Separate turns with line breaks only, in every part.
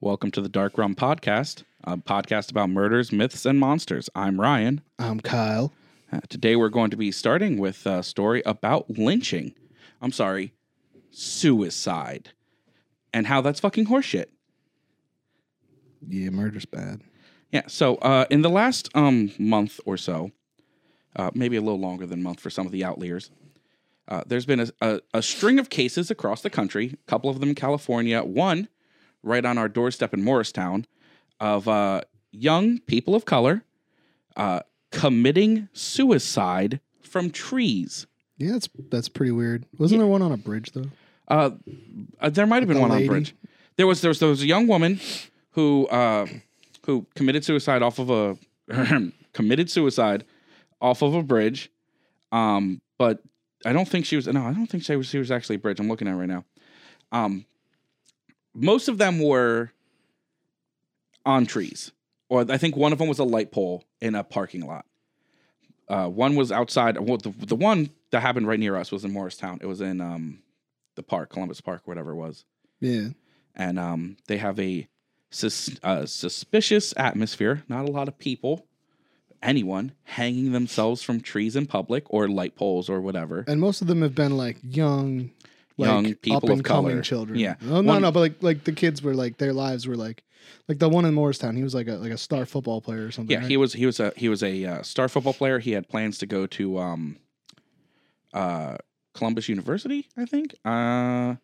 Welcome to the Dark Realm Podcast, a podcast about murders, myths, and monsters. I'm Ryan.
I'm Kyle.
Uh, today we're going to be starting with a story about lynching. I'm sorry, suicide, and how that's fucking horseshit.
Yeah, murder's bad.
Yeah. So uh, in the last um, month or so, uh, maybe a little longer than a month for some of the outliers, uh, there's been a, a, a string of cases across the country. A couple of them in California. One right on our doorstep in Morristown of uh, young people of color uh, committing suicide from trees.
Yeah, that's that's pretty weird. Wasn't there one on a bridge though?
Uh, uh, there might have been
the
one on
lady?
bridge. There was there was there was a young woman who uh, who committed suicide off of a committed suicide off of a bridge. Um, but I don't think she was no, I don't think she was she was actually a bridge. I'm looking at it right now. Um, most of them were on trees, or I think one of them was a light pole in a parking lot. Uh, one was outside. Well, the, the one that happened right near us was in Morristown. It was in um, the park, Columbus Park, whatever it was.
Yeah,
And um, they have a sus- uh, suspicious atmosphere, not a lot of people, anyone hanging themselves from trees in public or light poles or whatever.
and most of them have been like young, like
Young people
up
of
and coming
color.
children.
Yeah.
no, no,
One-
no, but like like the kids were like their lives were like like the one in Morristown. He was like a like a star football player or something.
Yeah, he was he was a he was a uh, star football player. He had plans to go to um, uh, Columbus University, I think. Uh,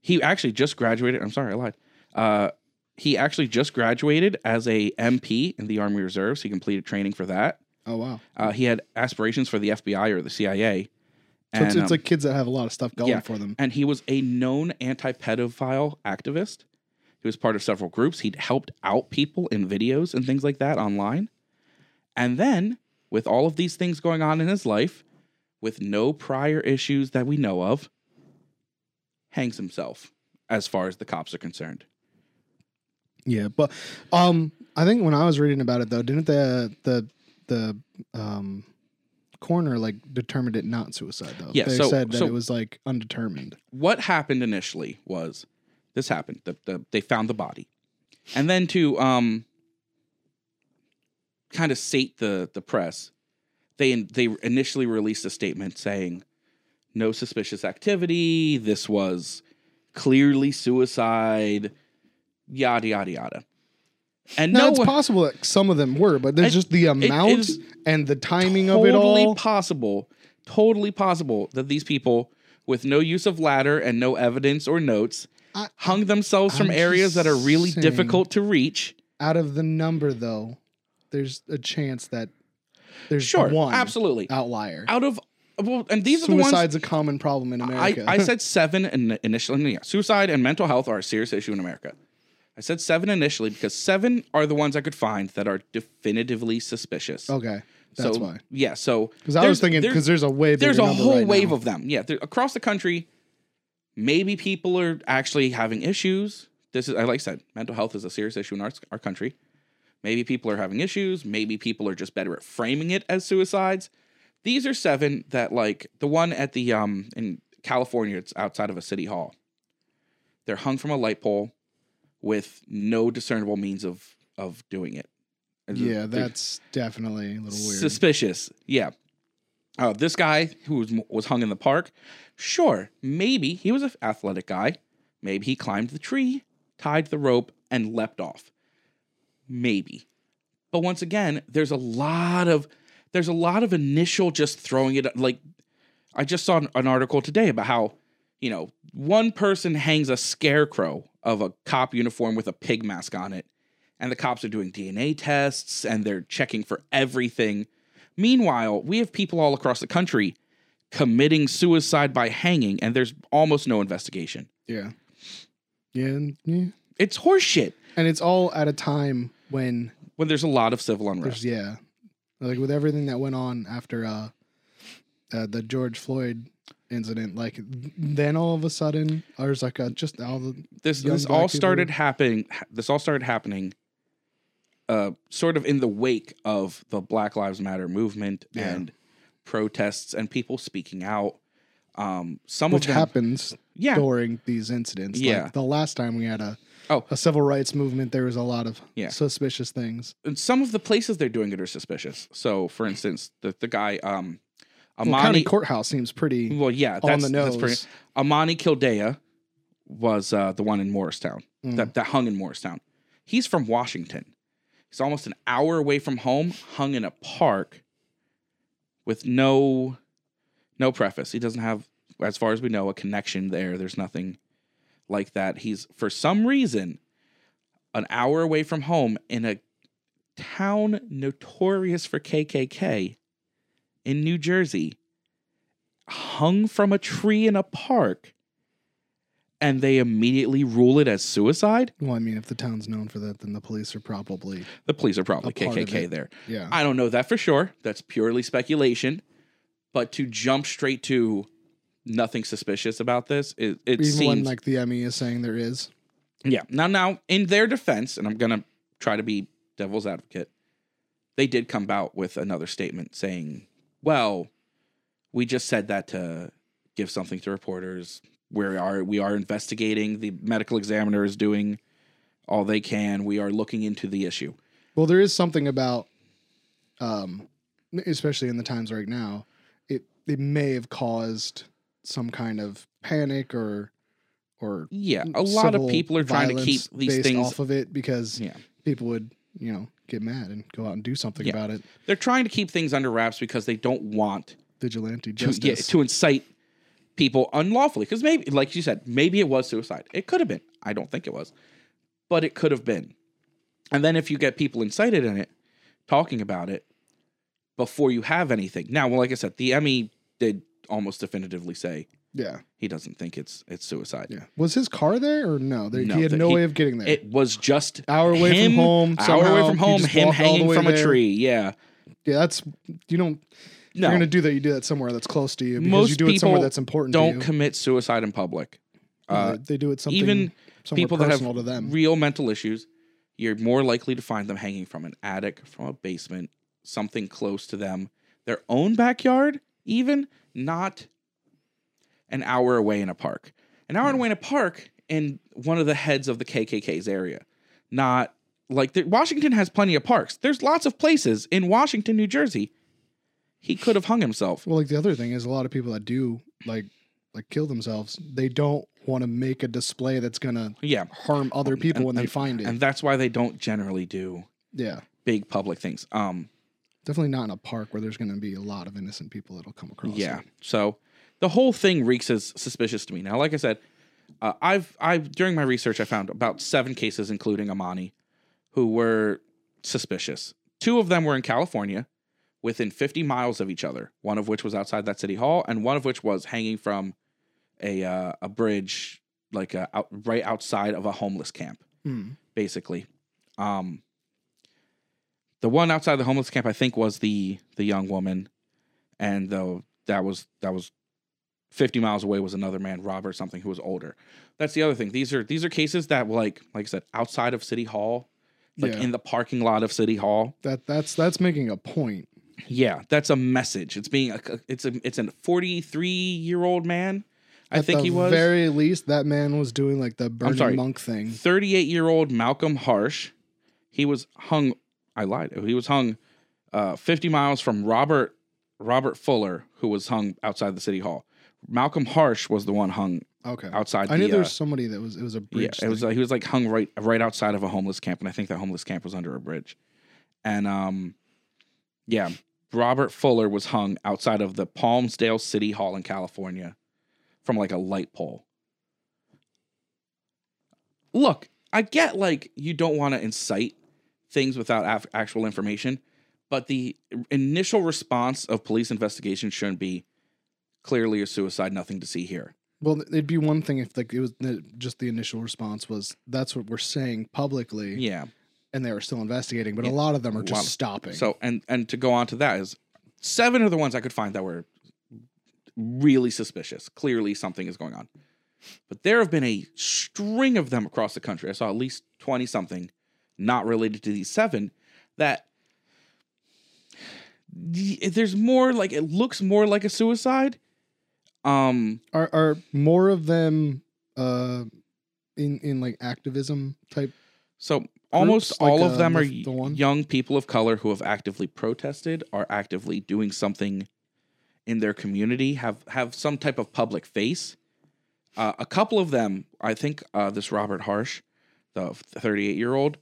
he actually just graduated. I'm sorry, I lied. Uh, he actually just graduated as a MP in the Army Reserves. He completed training for that.
Oh wow.
Uh, he had aspirations for the FBI or the CIA.
So it's,
And,
it's
um,
like kids that have a lot of stuff going
yeah.
for them.
and he was a known anti-pedophile activist. He was part of several groups. He'd helped out people in videos and things like that online. And then, with all of these things going on in his life, with no prior issues that we know of, hangs himself as far as the cops are concerned.
Yeah, but um, I think when I was reading about it though, didn't the the the um coroner like determined it not suicide though?
Yeah,
they
so-
said that
so-
it was like undetermined.
what happened initially was this happened. The, the, they found the body, and then to um, kind of sate the the press, they they initially released a statement saying, "No suspicious activity. This was clearly suicide." Yada yada yada. And
Now
no,
it's
one-
possible that some of them were, but there's
I-
just the amount
is
and the timing
totally
of it all.
possible, totally possible that these people, with no use of ladder and no evidence or notes,
I-
hung themselves from
I'm
areas
just
that are really
saying-
difficult to reach.
Out of the number though, there's a chance that there's
Sure,
one Uh,
absolutely.
outlier.
Out of well, and these are the ones
Suicide's a common problem in America.
I, I said seven in, initially. Yeah, suicide and mental health are a serious issue in America. I said seven initially because seven are the ones I could find that are definitively suspicious.
okay, Oh, that's
so,
why.
Yeah, so
Because I
there's-
was thinking
there's-
because there's a way
there's a whole wave of them. Yeah, there- across the country, maybe people are actually having issues. This is, like I said, mental health is a serious issue in our, our country. Maybe people are having issues. Maybe people are just better at framing it as suicides. These are seven that, like the one at the um in California, it's outside of a city hall. They're hung from a light pole with no discernible means of of doing it.
Yeah,
They're-
that's definitely a little weird.
suspicious. Yeah. Uh, this guy who was, was hung in the park, sure, maybe he was an athletic guy. Maybe he climbed the tree, tied the rope, and leapt off. Maybe. But once again, there's a lot of there's a lot of initial just throwing it like I just saw an, an article today about how, you know, one person hangs a scarecrow of a cop uniform with a pig mask on it and the cops are doing DNA tests and they're checking for everything. Meanwhile, we have people all across the country committing suicide by hanging, and there's almost no investigation.
Yeah. Yeah, and, yeah.
It's horseshit
And it's all at a time when
when there's a lot of civil unrest.
there's yeah. Like with everything that went on after uh, uh the George Floyd incident. Like then all of a sudden, there's like a, just all the
This
Young
this
black
all
people.
started happening. This all started happening, uh, sort of in the wake of the Black Lives Matter movement
Yeah.
and protests and people speaking out. Um, some
which
of them,
happens
yeah,
during these incidents.
Yeah.
Like the last time we had a
Oh.
a civil rights movement, there was a lot of
Yeah.
suspicious things.
and some of the places they're doing it are suspicious. So, for instance, the the guy um,
Well, county
Amani.
courthouse seems pretty
Well, yeah,
on
that's,
the
that's
nose.
pretty, Amani Kildea was uh, the one in Morristown
Mm.
that, that hung in Morristown. He's from Washington. He's almost an hour away from home, hung in a park with no no preface. He doesn't have, as far as we know, a connection there. There's nothing like that. He's for some reason an hour away from home in a town notorious for KKK in New Jersey, hung from a tree in a park, and they immediately rule it as suicide.
well, I mean, if the town's known for that, then the police are probably
The police are probably
A part of
KKK
it.
there.
yeah.
I don't know that for sure. That's purely speculation. But to jump straight to nothing suspicious about this, it, it
Even when
seems
like the ME is saying there is.
Yeah. Now, now, in their defense, and I'm gonna try to be devil's advocate, they did come out with another statement saying, "Well, we just said that to give something to reporters. We are we are investigating. The medical examiner is doing all they can. We are looking into the issue."
Well, there is something about, um, especially in the times right now, it it may have caused some kind of panic or or
Yeah, a lot of
Mm, civil
people are trying to keep
violence
these
based
things
off of it because
Yeah.
people would you know get mad and go out and do something
Yeah.
about it.
they're trying to keep things under wraps because they don't want
Vigilante
to,
justice.
yeah, to incite people unlawfully. Because maybe, like you said, maybe it was suicide. It could have been. I don't think it was, but it could have been. And then if you get people incited in it, talking about it before you have anything. Now, well, like I said, the Emmy did almost definitively say
yeah,
he doesn't think it's it's suicide.
yeah. Was his car there or no? There,
No,
he had
that
no
he-
way of getting there.
It was just
hour away
him,
from home.
hour away
somehow,
from
he
home,
just
him
walked all the
hanging
way
from a
there.
tree. Yeah,
Yeah, that's you don't. If
no,
You're gonna do that. You do that somewhere that's close to you because
Most
you do it somewhere
people
that's important. to
don't
you.
commit suicide in public. Uh,
Yeah, they do it something
even
somewhere
people that have
personal to them.
real mental issues, you're more likely to find them hanging from an attic, from a basement, something close to them, their own backyard, even not an hour away in a park. An
Hmm.
hour away in a park in one of the heads of the KKK's area. Not like the, Washington has plenty of parks. There's lots of places in Washington, New Jersey. He could have hung himself.
well, like the other thing is a lot of people that do like like kill themselves. They don't want to make a display that's gonna
Yeah.
harm other people when they find it.
And that's why they don't generally do
yeah,
big public things. Um
definitely not in a park where there's gonna be a lot of innocent people that'll come across.
Yeah.
it.
So the whole thing reeks as suspicious to me. Now, like I said, uh, I've I during my research I found about seven cases, including Amani, who were suspicious. Two of them were in California, within 50 miles of each other. One of which was outside that city hall, and one of which was hanging from a uh, a bridge, like uh out, right outside of a homeless camp
Hmm.
basically. Um, the one outside the homeless camp, I think, was the the young woman, and though that was that was fifty miles away was another man, Robert something, who was older. That's the other thing. These are these are cases that were like like I said, outside of City Hall, like
Yeah.
in the parking lot of City Hall.
That that's that's making a point.
Yeah, that's a message. It's being a it's a it's a forty three year old man. I
At
think
the
he was
very least that man was doing like the
sorry.
burning monk thing.
38 year old Malcolm Harsh. He was hung. I lied. He was hung uh, 50 miles from Robert Robert Fuller, who was hung outside the city hall. Malcolm Harsh was the one hung
Okay,
outside.
I knew
the,
there
uh,
was somebody that was it was a
yeah,
bridge.
it was uh, he was like hung right right outside of a homeless camp, and I think that homeless camp was under a bridge. And um, yeah, Robert Fuller was hung outside of the Palmsdale City Hall in California from like a light pole. Look, I get like you don't want to incite things without af- actual information, but the initial response of police investigation shouldn't be clearly a suicide, nothing to see here.
Well, it'd be one thing if like it was the, just the initial response was that's what we're saying publicly,
Yeah.
and they were still investigating. But
Yeah.
a lot of them are
lot
just
of-
stopping.
So and and to go on to that is seven are the ones I could find that were really suspicious. Clearly, something is going on. But there have been a string of them across the country. I saw at least 20 something not related to these seven that the- there's more like it looks more like a suicide. Um,
Are are more of them uh in in like activism type?
so almost
like,
all
uh,
of them are
the- the one?
young people of color who have actively protested, are actively doing something in their community, have have some type of public face. Uh, a couple of them, I think uh, this Robert Harsh, the 38 year old,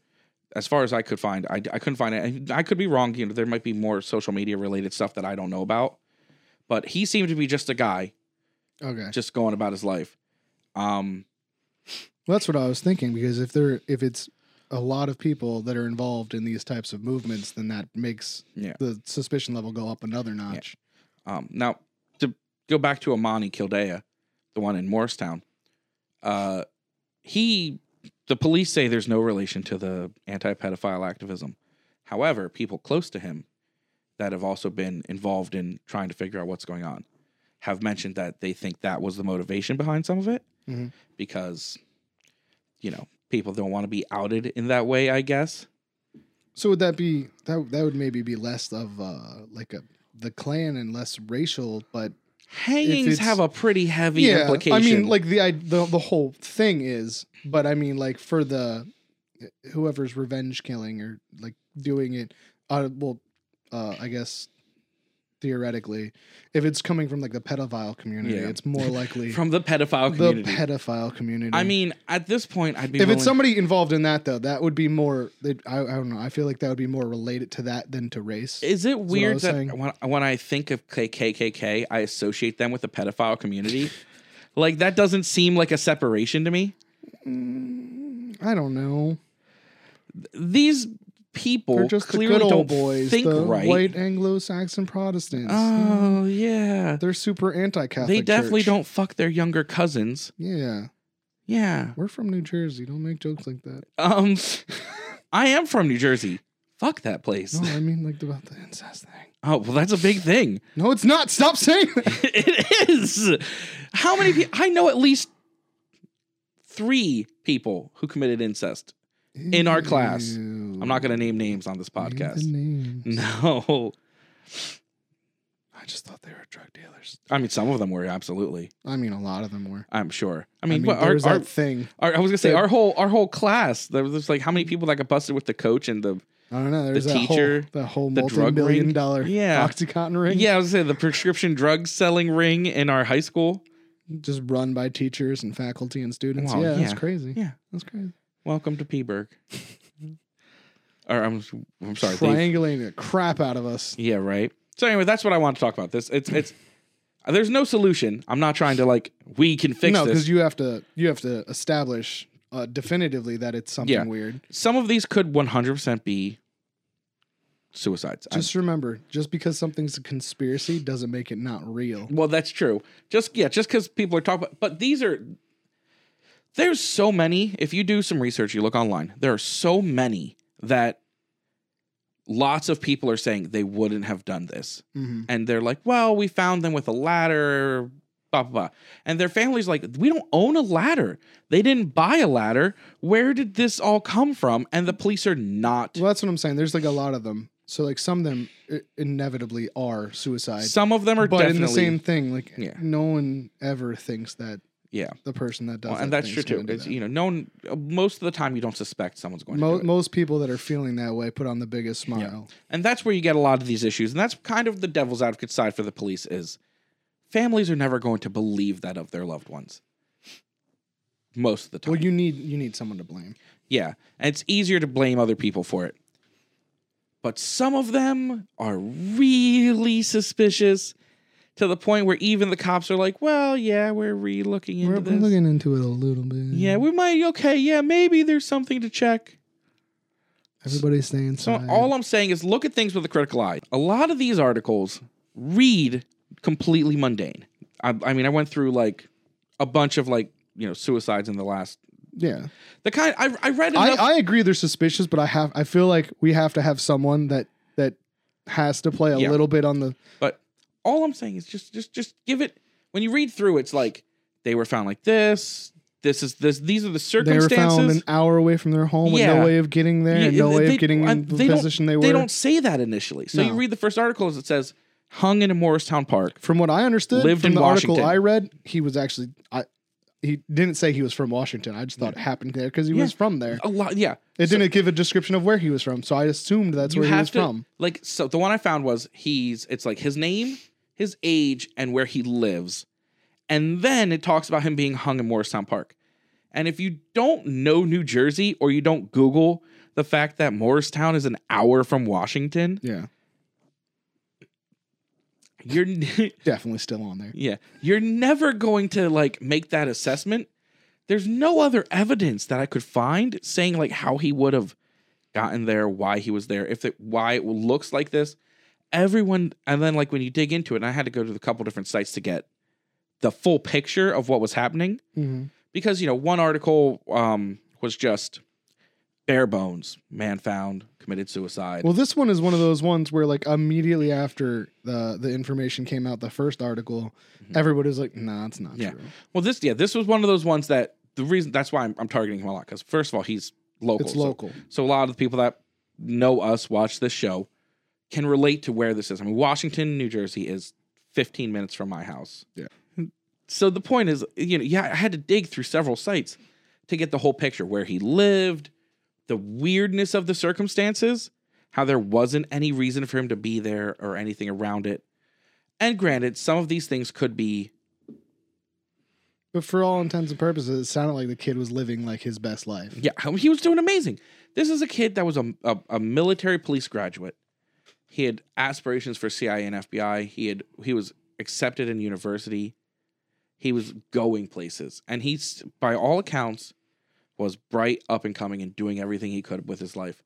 as far as I could find, I, I couldn't find it. I could be wrong. You know, there might be more social media related stuff that I don't know about, but he seemed to be just a guy
Okay,
just going about his life. Um,
well, that's what I was thinking because if they're if it's a lot of people that are involved in these types of movements, then that makes
Yeah.
the suspicion level go up another notch.
Um, now, to go back to Amani Kildea, the one in Morristown, uh, he, the police say there's no relation to the anti pedophile activism. However, people close to him that have also been involved in trying to figure out what's going on have mentioned that they think that was the motivation behind some of it
Mhm.
because, you know, people don't want to be outed in that way, I guess.
So would that be that that would maybe be less of uh like a the Klan and less racial, but
Hangings
it's-
have a pretty heavy implication.
I mean, like the, I, the the whole thing is, but I mean, like for the whoever's revenge killing or like doing it, uh, well, uh, I guess theoretically, if it's coming from like the pedophile community,
Yeah.
it's more likely
from the pedophile
the
community.
pedophile community.
I mean, at this point, I'd be.
If
willing-
it's somebody involved in that, though, that would be more. they'd- I, I don't know. I feel like that would be more related to that than to race.
is it
what I
weird
was
that
saying.
when, when I think of K- KKK, I associate them with the pedophile community? like that doesn't seem like a separation to me.
I don't know.
These people
They're just the
clearly
good old
don't
boys,
think
the
right.
white Anglo-Saxon Protestants.
Oh yeah,
They're super anti-Catholic.
they definitely
church.
don't fuck their younger cousins.
Yeah,
Yeah.
we're from New Jersey. Don't make jokes like that.
Um, I am from New Jersey. Fuck that place.
No, I mean like about the incest thing.
Oh well, that's a big thing.
No, it's not. Stop saying that.
it is. How many people? I know at least three people who committed incest. In our class. I'm not going to name names on this podcast. No.
I just thought they were drug dealers.
I mean, some of them were absolutely.
I mean, a lot of them were.
I'm sure. I
I mean,
mean, but
there
our,
was
our,
that thing.
our- I was gonna say
the-
our whole our whole class. There was just, like how many people that got busted with the coach and the
I don't know. There was that
teacher,
whole, that whole
the drug
multi-billion
ring.
dollar
Yeah.
OxyContin ring.
yeah. I was gonna say the prescription drug selling ring in our high school.
just run by teachers and faculty and students.
Wow,
yeah, that's
yeah.
crazy.
Yeah.
that's crazy.
Welcome to Peaburg. or I'm I'm sorry. they-
triangulating the crap out of us.
Yeah, right. So anyway, that's what I want to talk about. This it's it's there's no solution. I'm not trying to like we can fix
no,
this.
because you have to you have to establish uh, definitively that it's something
Yeah.
weird.
Some of these could 100% be suicides. I-
Just remember, just because something's a conspiracy doesn't make it not real.
well, that's true. Just yeah, just cuz people are talking about, but these are there's so many. If you do some research, you look online. There are so many that lots of people are saying they wouldn't have done this.
hmm
and they're like, "Well, we found them with a ladder." Blah, blah, blah. And their family's like, we don't own a ladder. They didn't buy a ladder. Where did this all come from? And the police are not.
Well, that's what I'm saying. There's like a lot of them. So like some of them i- inevitably are suicide.
Some of them are
But
definitely.
in the same thing, like
Yeah.
no one ever thinks that
yeah,
the person that does
Well, and
that
that's true
thing's
too.
gonna do
It's,
that.
you know, no one, most of the time you don't suspect someone's going
Mo-
to do it.
most people that are feeling that way put on the biggest smile.
And that's where you get a lot of these issues. And that's kind of the devil's advocate side for the police is families are never going to believe that of their loved ones. Most of the time.
Well, you need you need someone to blame.
Yeah, and it's easier to blame other people for it. But some of them are really suspicious to the point where even the cops are like, "Well, yeah, we're re-looking into
We're,
this.
we're looking into it a little bit.
yeah, we might. Okay, yeah, maybe there's something to check."
everybody stay
So
inside.
all I'm saying is look at things with a critical eye. A lot of these articles read completely mundane. I, I mean, I went through like a bunch of like you know suicides in the last
yeah,
the kind I, I read
I,
enough.
I agree they're suspicious, but I have I feel like we have to have someone that that has to play a
Yeah.
little bit on the
But all I'm saying is just just just give it when you read through, it's like they were found like this. This is this. These are the
They were
circumstances.
found an hour away from their home with
Yeah.
no way of getting there and
Yeah,
no way
they-
of getting
I-
in the
they don't-
position they were.
they don't say that initially. So you
No.
read the first article as it says hung in a Morristown park.
from what I understood
Lived
from
in
the article
Washington.
I read, he was actually I he didn't say he was from Washington. I just thought it happened there because he was from there.
A lot, yeah.
It didn't give a description of where he was from, so I assumed that's
You
where he
have
was
to-
from.
Like so, the one I found was he's. It's like his name, his age, and where he lives, and then it talks about him being hung in Morristown Park. And if you don't know New Jersey or you don't Google the fact that Morristown is an hour from Washington,
Yeah,
you're
definitely still on there.
yeah, you're never going to like make that assessment. There's no other evidence that I could find saying like how he would have gotten there, why he was there, if it why it looks like this. Everyone and then like when you dig into it, and I had to go to a couple different sites to get the full picture of what was happening because you know one article um was just bare bones, man found, committed suicide.
Well, this one is one of those ones where, like, immediately after the the information came out, the first article, everybody was like, "Nah, it's not
Mm-hmm. Yeah.
true.
Well, this yeah, this was one of those ones that the reason that's why I'm, I'm targeting him a lot because first of all, he's local.
It's
so-
local."
So, a lot of the people that know us watch this show can relate to where this is. I mean, Washington, New Jersey is 15 minutes from my house.
Yeah.
So the point is, you know, yeah, I had to dig through several sites to get the whole picture where he lived, the weirdness of the circumstances, how there wasn't any reason for him to be there or anything around it. And granted, some of these things could be
But for all intents and purposes, it sounded like the kid was living like his best life.
Yeah, I mean, he was doing amazing. This is a kid that was a, a, a military police graduate. He had aspirations for CIA and FBI. He had he was accepted in university. He was going places, and he's by all accounts was bright, up and coming, and doing everything he could with his life,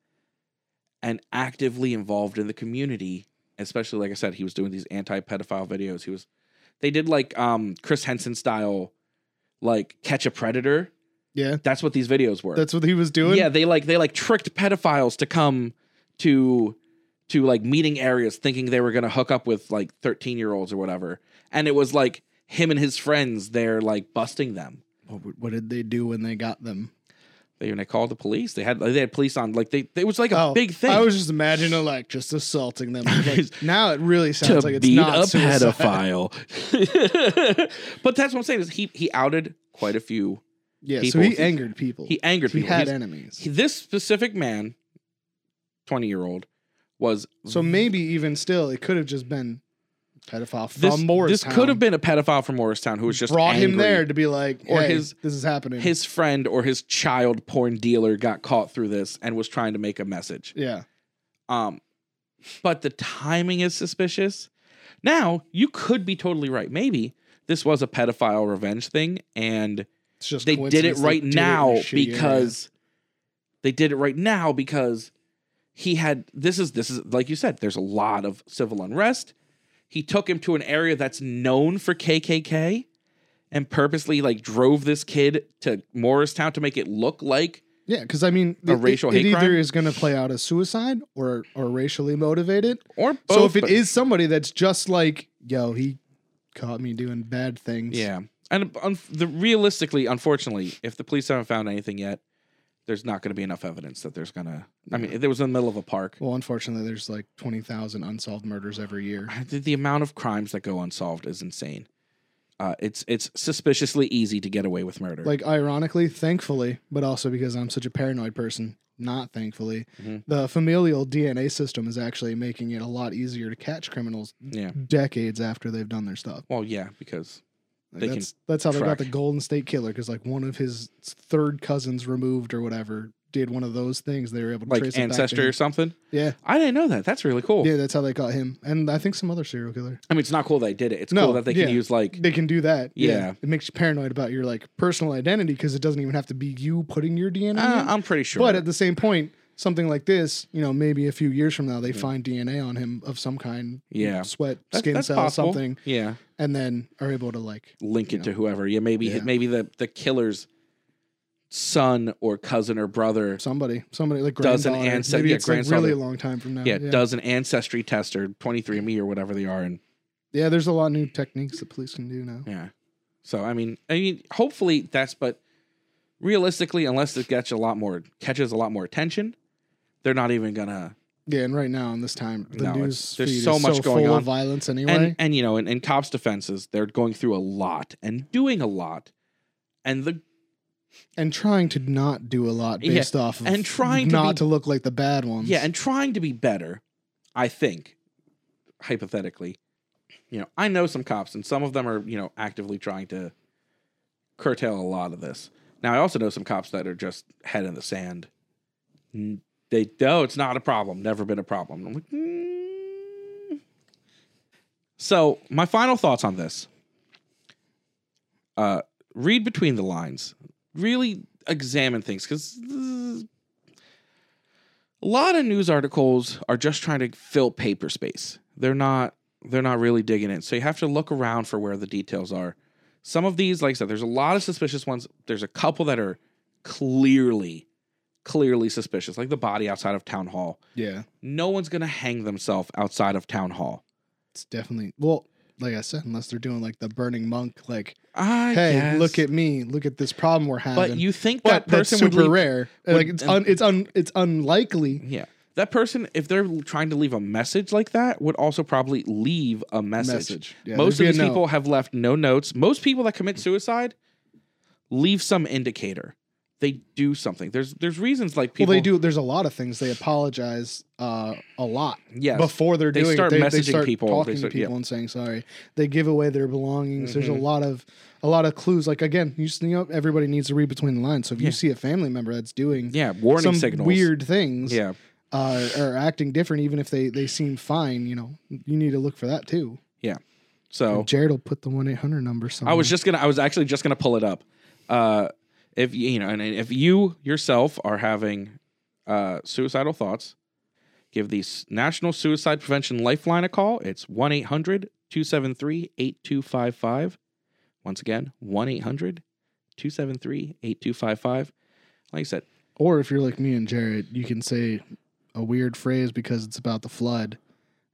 and actively involved in the community. Especially, like I said, he was doing these anti-pedophile videos. He was, they did like um Chris Henson style, like catch a predator.
Yeah,
That's what these videos were.
that's what he was doing.
Yeah, they like they like tricked pedophiles to come to to like meeting areas thinking they were gonna hook up with like 13 year olds or whatever. And it was like him and his friends there like busting them.
What, what did they do when they got them?
They and they called the police. They had they had police on like they it was like a
Oh,
big thing.
I was just imagining like just assaulting them. Like, now it really
to
sounds like it's
beat
not
a
suicide.
pedophile. but that's what I'm saying is he he outed quite a few.
Yeah,
People.
so he angered people.
He angered
He
people.
had
He's-
enemies.
he- this specific man, 20 year old, was
so maybe even still, it could have just been pedophile from
this, this
Morristown.
could have been a pedophile from Morristown who was just
brought him
angry.
there to be like,
Or
or
his-
his this is happening.
His friend or his child porn dealer got caught through this and was trying to make a message.
yeah,
Um, but the timing is suspicious. Now you could be totally right. Maybe this was a pedophile revenge thing, and
it's just
they did it
coincidence they
right
do in a
now
shitty area.
because they did it right now because he had this is this is like you said there's a lot of civil unrest he took him to an area that's known for kkk and purposely like drove this kid to morristown to make it look like
yeah, because I mean,
A racial
it, it
hate
either
crime?
is going to play out as suicide or or racially motivated.
or both,
so if it
but-
is somebody that's just like, yo, he caught me doing bad things.
yeah and um, the realistically unfortunately if the police haven't found anything yet there's not going to be enough evidence that there's going to i mean there was in the middle of a park
Well, unfortunately, there's like twenty thousand unsolved murders every year.
the, the amount of crimes that go unsolved is insane. Uh, it's it's suspiciously easy to get away with murder.
Like ironically, thankfully, but also because I'm such a paranoid person, not thankfully,
Mhm.
the familial DNA system is actually making it a lot easier to catch criminals
yeah.
decades after they've done their stuff.
Well, yeah, because
Like,
They can
that's that's how they
track.
got the Golden State Killer because like one of his third cousins removed or whatever did one of those things. They were able to
like Oh.
trace
ancestor or
It back
something.
to him.
I didn't know that. That's really cool.
Yeah, yeah, that's how they got him, and I think some other serial killer.
I mean, it's not cool they did it. It's
No,
cool that they can
yeah.
use like
They can do that.
Yeah.
it makes you paranoid about your like personal identity because it doesn't even have to be you putting your DNA.
uh,
in.
I'm pretty sure.
But at the same point, something like this, you know, maybe a few years from now, they find DNA on him of some kind,
Yeah.
sweat,
That-
skin
that's
cell,
possible.
something,
Yeah,
and then are able to like,
link it
Yeah.
to whoever. Yeah, maybe
Yeah.
maybe the the killer's son or cousin or brother.
somebody, somebody like
Does an
granddaughter.
ancestor-
maybe
yeah,
it's like really
granddaughter.
a long time from now.
Yeah, does an ancestry test or 23andMe or whatever they are, and
Yeah, there's a lot of new techniques the police can do now.
Yeah. So I mean, I mean, hopefully that's. But realistically, unless this gets a lot more catches a lot more attention, they're not even gonna.
Yeah, and right now in this time, the
No,
news
it's- there's
feed
so
is
much
so
going
full
on.
of violence anyway.
And and you know, in, in cops' defenses, they're going through a lot and doing a lot, and the
and trying to not do a lot
Yeah,
based off of
and trying to
not
be-
to look like the bad ones.
yeah, and trying to be better. I think, hypothetically, you know, I know some cops, and some of them are you know actively trying to curtail a lot of this. Now, I also know some cops that are just head in the sand. N- They no, it's not a problem. Never been a problem. I'm like, "Mm." so my final thoughts on this. Uh, read between the lines. Really examine things because a lot of news articles are just trying to fill paper space. They're not. They're not really digging in. So you have to look around for where the details are. Some of these, like I said, there's a lot of suspicious ones. There's a couple that are clearly, clearly suspicious, like the body outside of town hall.
yeah,
No one's gonna hang themselves outside of town hall.
it's definitely well, like I said, unless they're doing like the burning monk, like
I
hey,
guess.
look at me, look at this problem we're having.
But you think that
but that's
person would
super
leave,
rare.
would-
like it's un, it's un, it's unlikely
Yeah. That person, if they're trying to leave a message like that, would also probably leave a message.
message. Yeah,
Most of
there'd
these
be a no.
people have left no notes. Most people that commit suicide leave some indicator. They do something. There's there's reasons like people
Well, they do. There's a lot of things they apologize uh, a lot
Yes.
before they're
They
doing. it.
start
they, they
messaging
start
people. They
talking
start-
to
yeah. Mm-hmm.
people, and saying sorry. They give away their belongings. There's a lot of a lot of clues. Like again, you just you know everybody needs to read between the lines. So if
Yeah.
you see a family member that's doing
yeah, warning
some
signals.
weird things,
Yeah.
uh, or acting different, even if they they seem fine, you know, you need to look for that too.
So
Jared will put the one eight hundred number somewhere.
Oh. I was just gonna. I was actually just gonna pull it up. Uh, if you you know, and if you yourself are having uh, suicidal thoughts, give the S- National Suicide Prevention Lifeline a call. It's 1 800 273 8255. Once again, 1 800 273 8255. Like I said,
Or if you're like me and Jared, you can say a weird phrase because it's about the flood,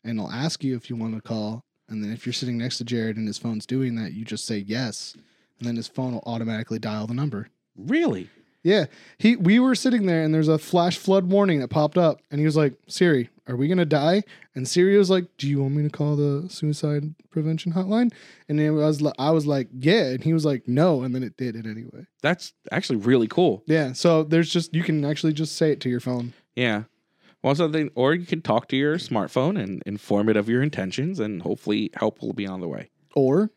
and it'll ask you if you want to call. And then if you're sitting next to Jared and his phone's doing that, you just say yes, and then his phone will automatically dial the number.
really?
Yeah, he we were sitting there and there's a flash flood warning that popped up, and he was like, "Siri, are we gonna die?" And Siri was like, "Do you want me to call the suicide prevention hotline?" And it was li- I was like, "Yeah," and he was like, "No," and then it did it anyway.
That's actually really cool.
Yeah, so there's just you can actually just say it to your phone.
Yeah. Well, so they, or you can talk to your smartphone and inform it of your intentions, and hopefully help will be on the way.
Or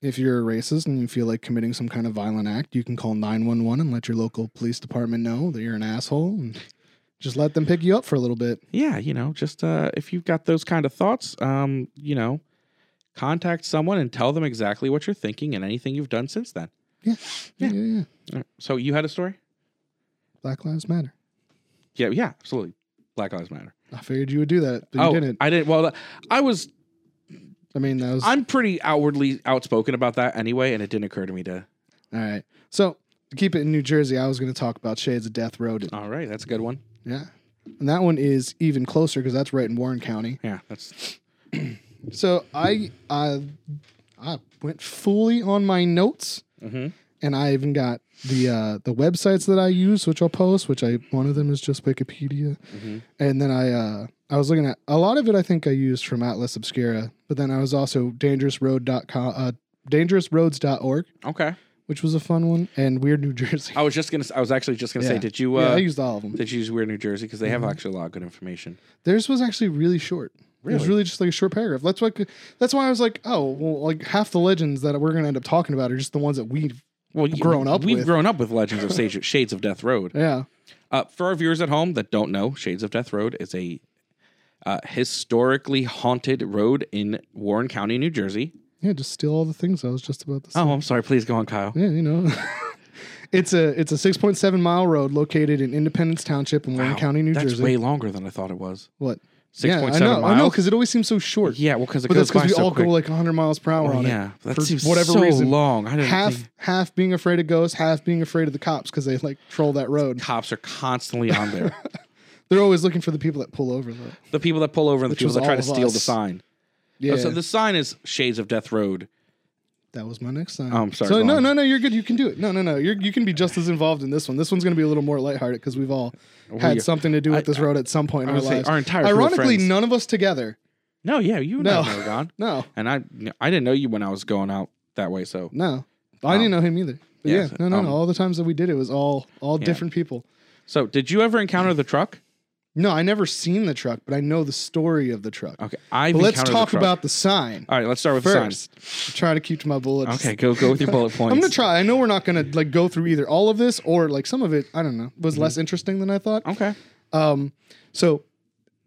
if you're a racist and you feel like committing some kind of violent act, you can call 911 and let your local police department know that you're an asshole and just let them pick you up for a little bit.
yeah, you know, just uh, if you've got those kind of thoughts, um, you know, contact someone and tell them exactly what you're thinking and anything you've done since then. Yeah.
Yeah, yeah. yeah.
All right. So you had a story?
Black Lives Matter.
Yeah, yeah, absolutely. Black Lives Matter.
I figured you would do that, but
oh,
you didn't.
I didn't. Well, I was.
I mean, that was
I'm pretty outwardly outspoken about that anyway, and it didn't occur to me to.
all right. So to keep it in New Jersey, I was going to talk about Shades of Death Road.
All right, that's a good one.
Yeah. And that one is even closer because that's right in Warren County.
Yeah, that's
So I, I, I went fully on my notes
hmm
and I even got the uh, the websites that I use, which I'll post. Which I one of them is just Wikipedia,
Mhm.
and then I uh, I was looking at a lot of it. I think I used from Atlas Obscura, but then I was also dangerousroad.com, uh, dangerousroads.org,
okay.
which was a fun one, and Weird New Jersey.
I was just gonna. I was actually just gonna say,
Yeah.
did you? Uh,
yeah, Mm-hmm. I used all of them.
did you use Weird New Jersey? Because they have actually a lot of good information.
Theirs was actually really short. It was
Really?
really just like a short paragraph. That's why. That's why I was like, oh, well, like half the legends that we're gonna end up talking about are just the ones that we,
Well, you-
Grown up
We've
with.
grown up with Legends of Sage, Shades of Death Road.
yeah,
Uh, for our viewers at home that don't know, Shades of Death Road is a uh, historically haunted road in Warren County, New Jersey.
yeah, just steal all the things I was just about to say.
Oh, I'm sorry. Please go on, Kyle.
Yeah, you know. it's a it's a 6.7 mile road located in Independence Township in Warren
Wow,
County, New
That's
Jersey.
way longer than I thought it was.
what?
Six
yeah,
point
I
seven
know, I know,
miles.
because it always seems so short.
yeah, well, because it
but
goes
that's
by
because we
so
all
quick.
go like 100 miles per hour
Oh,
on
yeah,
it
that
for
seems
whatever
so
reason.
long. I didn't
Half
think-
half being afraid of ghosts, half being afraid of the cops because they like troll that road.
cops are constantly on there.
They're always looking for the people that pull over though.
the people that pull over and the
Which
people
was
that try
all
to
of
steal the
us.
sign. Uh,
Yeah,
Oh, So the sign is Shades of Death Road.
that was my next sign.
Oh, I'm sorry,
So no,
wrong.
no, no, you're good. You can do it. No, no, no, you're, you can be just as involved in this one. This one's going to be a little more lighthearted because we've all had
We-
something to do with
I-
this road at some point
I
in our
would say
lives.
our entire crew of
Ironically,
friends.
none of us together.
No, yeah, you and
No.
I were gone,
No,
and I I didn't know you when I was going out that way. So
no, I didn't know him either. But
yes,
yeah, no, no,
Oh. um,
no. All the times that we did it was all all
Yeah.
different people.
so did you ever encounter the truck?
No, I never seen the truck, but I know the story of the truck.
Okay, I
But let's talk about the sign
All right, let's start with
first. Try to keep to my
the
bullets.
signs. Okay, go go with your bullet points.
I'm gonna try. I know we're not gonna like go through either all of this or like some of it. I don't know was
Mm-hmm.
less interesting than I thought.
Okay.
Um, so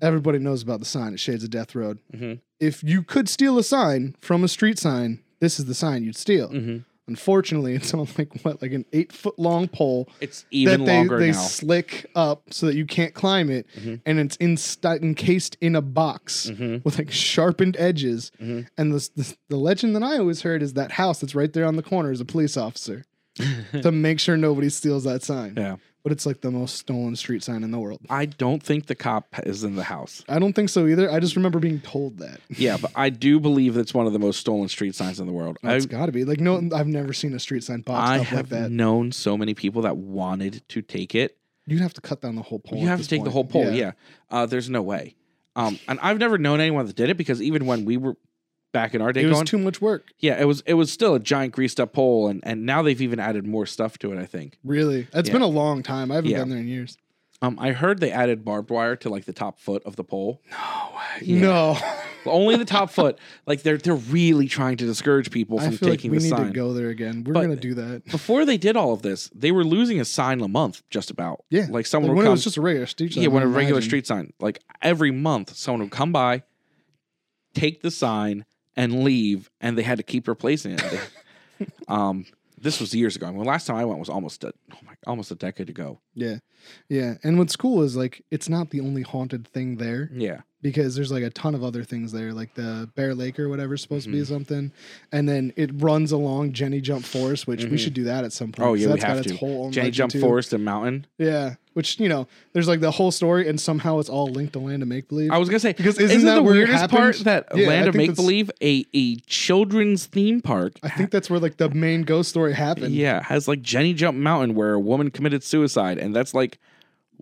everybody knows about the sign at Shades of Death Road.
Mhm.
If you could steal a sign from a street sign, this is the sign you'd steal.
Mhm.
Unfortunately, it's on like what like an eight foot long pole
It's even
that they
longer
they
now. Mm-hmm.
slick up so that you can't climb it, and it's in encased in a box with like sharpened edges.
Mm-hmm.
And the, the the legend that I always heard is that house that's right there on the corner is a police officer to make sure nobody steals that sign.
Yeah.
But it's like the most stolen street sign in the world.
I don't think the cop is in the house.
I don't think so either. I just remember being told that.
Yeah, but I do believe that's one of the most stolen street signs in the world. I,
It's got to be like no. I've never seen a street sign boxed
I
up
have
like that.
known so many people that wanted to take it.
You'd have to cut down the whole pole.
You
at
have to
this
take the
point.
whole pole. Yeah. Uh, there's no way. Um, and I've never known anyone that did it because even when we were back in our day
it was
going,
too much work.
yeah, it was it was still a giant greased up pole, and and now they've even added more stuff to it. I think.
Really, It's
Yeah.
been a long time. I haven't
Yeah.
been there in years.
Um, I heard they added barbed wire to like the top foot of the pole. Yeah.
No,
Only the top foot. Like they're they're really trying to discourage people
I
from
feel like
taking
we
the
need
sign.
to go there again. We're
But-
gonna do that.
Before they did all of this, they were losing a sign a month, just about.
Yeah,
like
Like
someone would
when
come.
it was just a regular street sign.
yeah, when
I
a regular
imagine.
street sign. Like every month, someone would come by, take the sign, and leave, and they had to keep replacing it. They- um, this was years ago. I mean, last time I went was almost a oh my, almost a decade ago.
Yeah, yeah. And what's cool is like it's not the only haunted thing there
Yeah,
because there's like a ton of other things there, like the Bear Lake or whatever's supposed to be
Mm-hmm.
something, and then it runs along Jenny Jump Forest, which we should do that at some point.
Oh,
'cause
yeah, we
that's got
have
its
to.
whole own
Jenny
legend,
Jump
too.
Forest and Mountain.
Yeah, which you know, there's like the whole story, and somehow it's all linked to Land of Make Believe.
I was gonna say
Because isn't
isn't,
that
the
where it
weirdest part
happened?
that
Yeah,
Land
I
of
think
Make
that's-
Believe, a a children's theme park,
I think that's where like the main ghost story happened.
yeah, has like Jenny Jump Mountain where a woman committed suicide, and that's like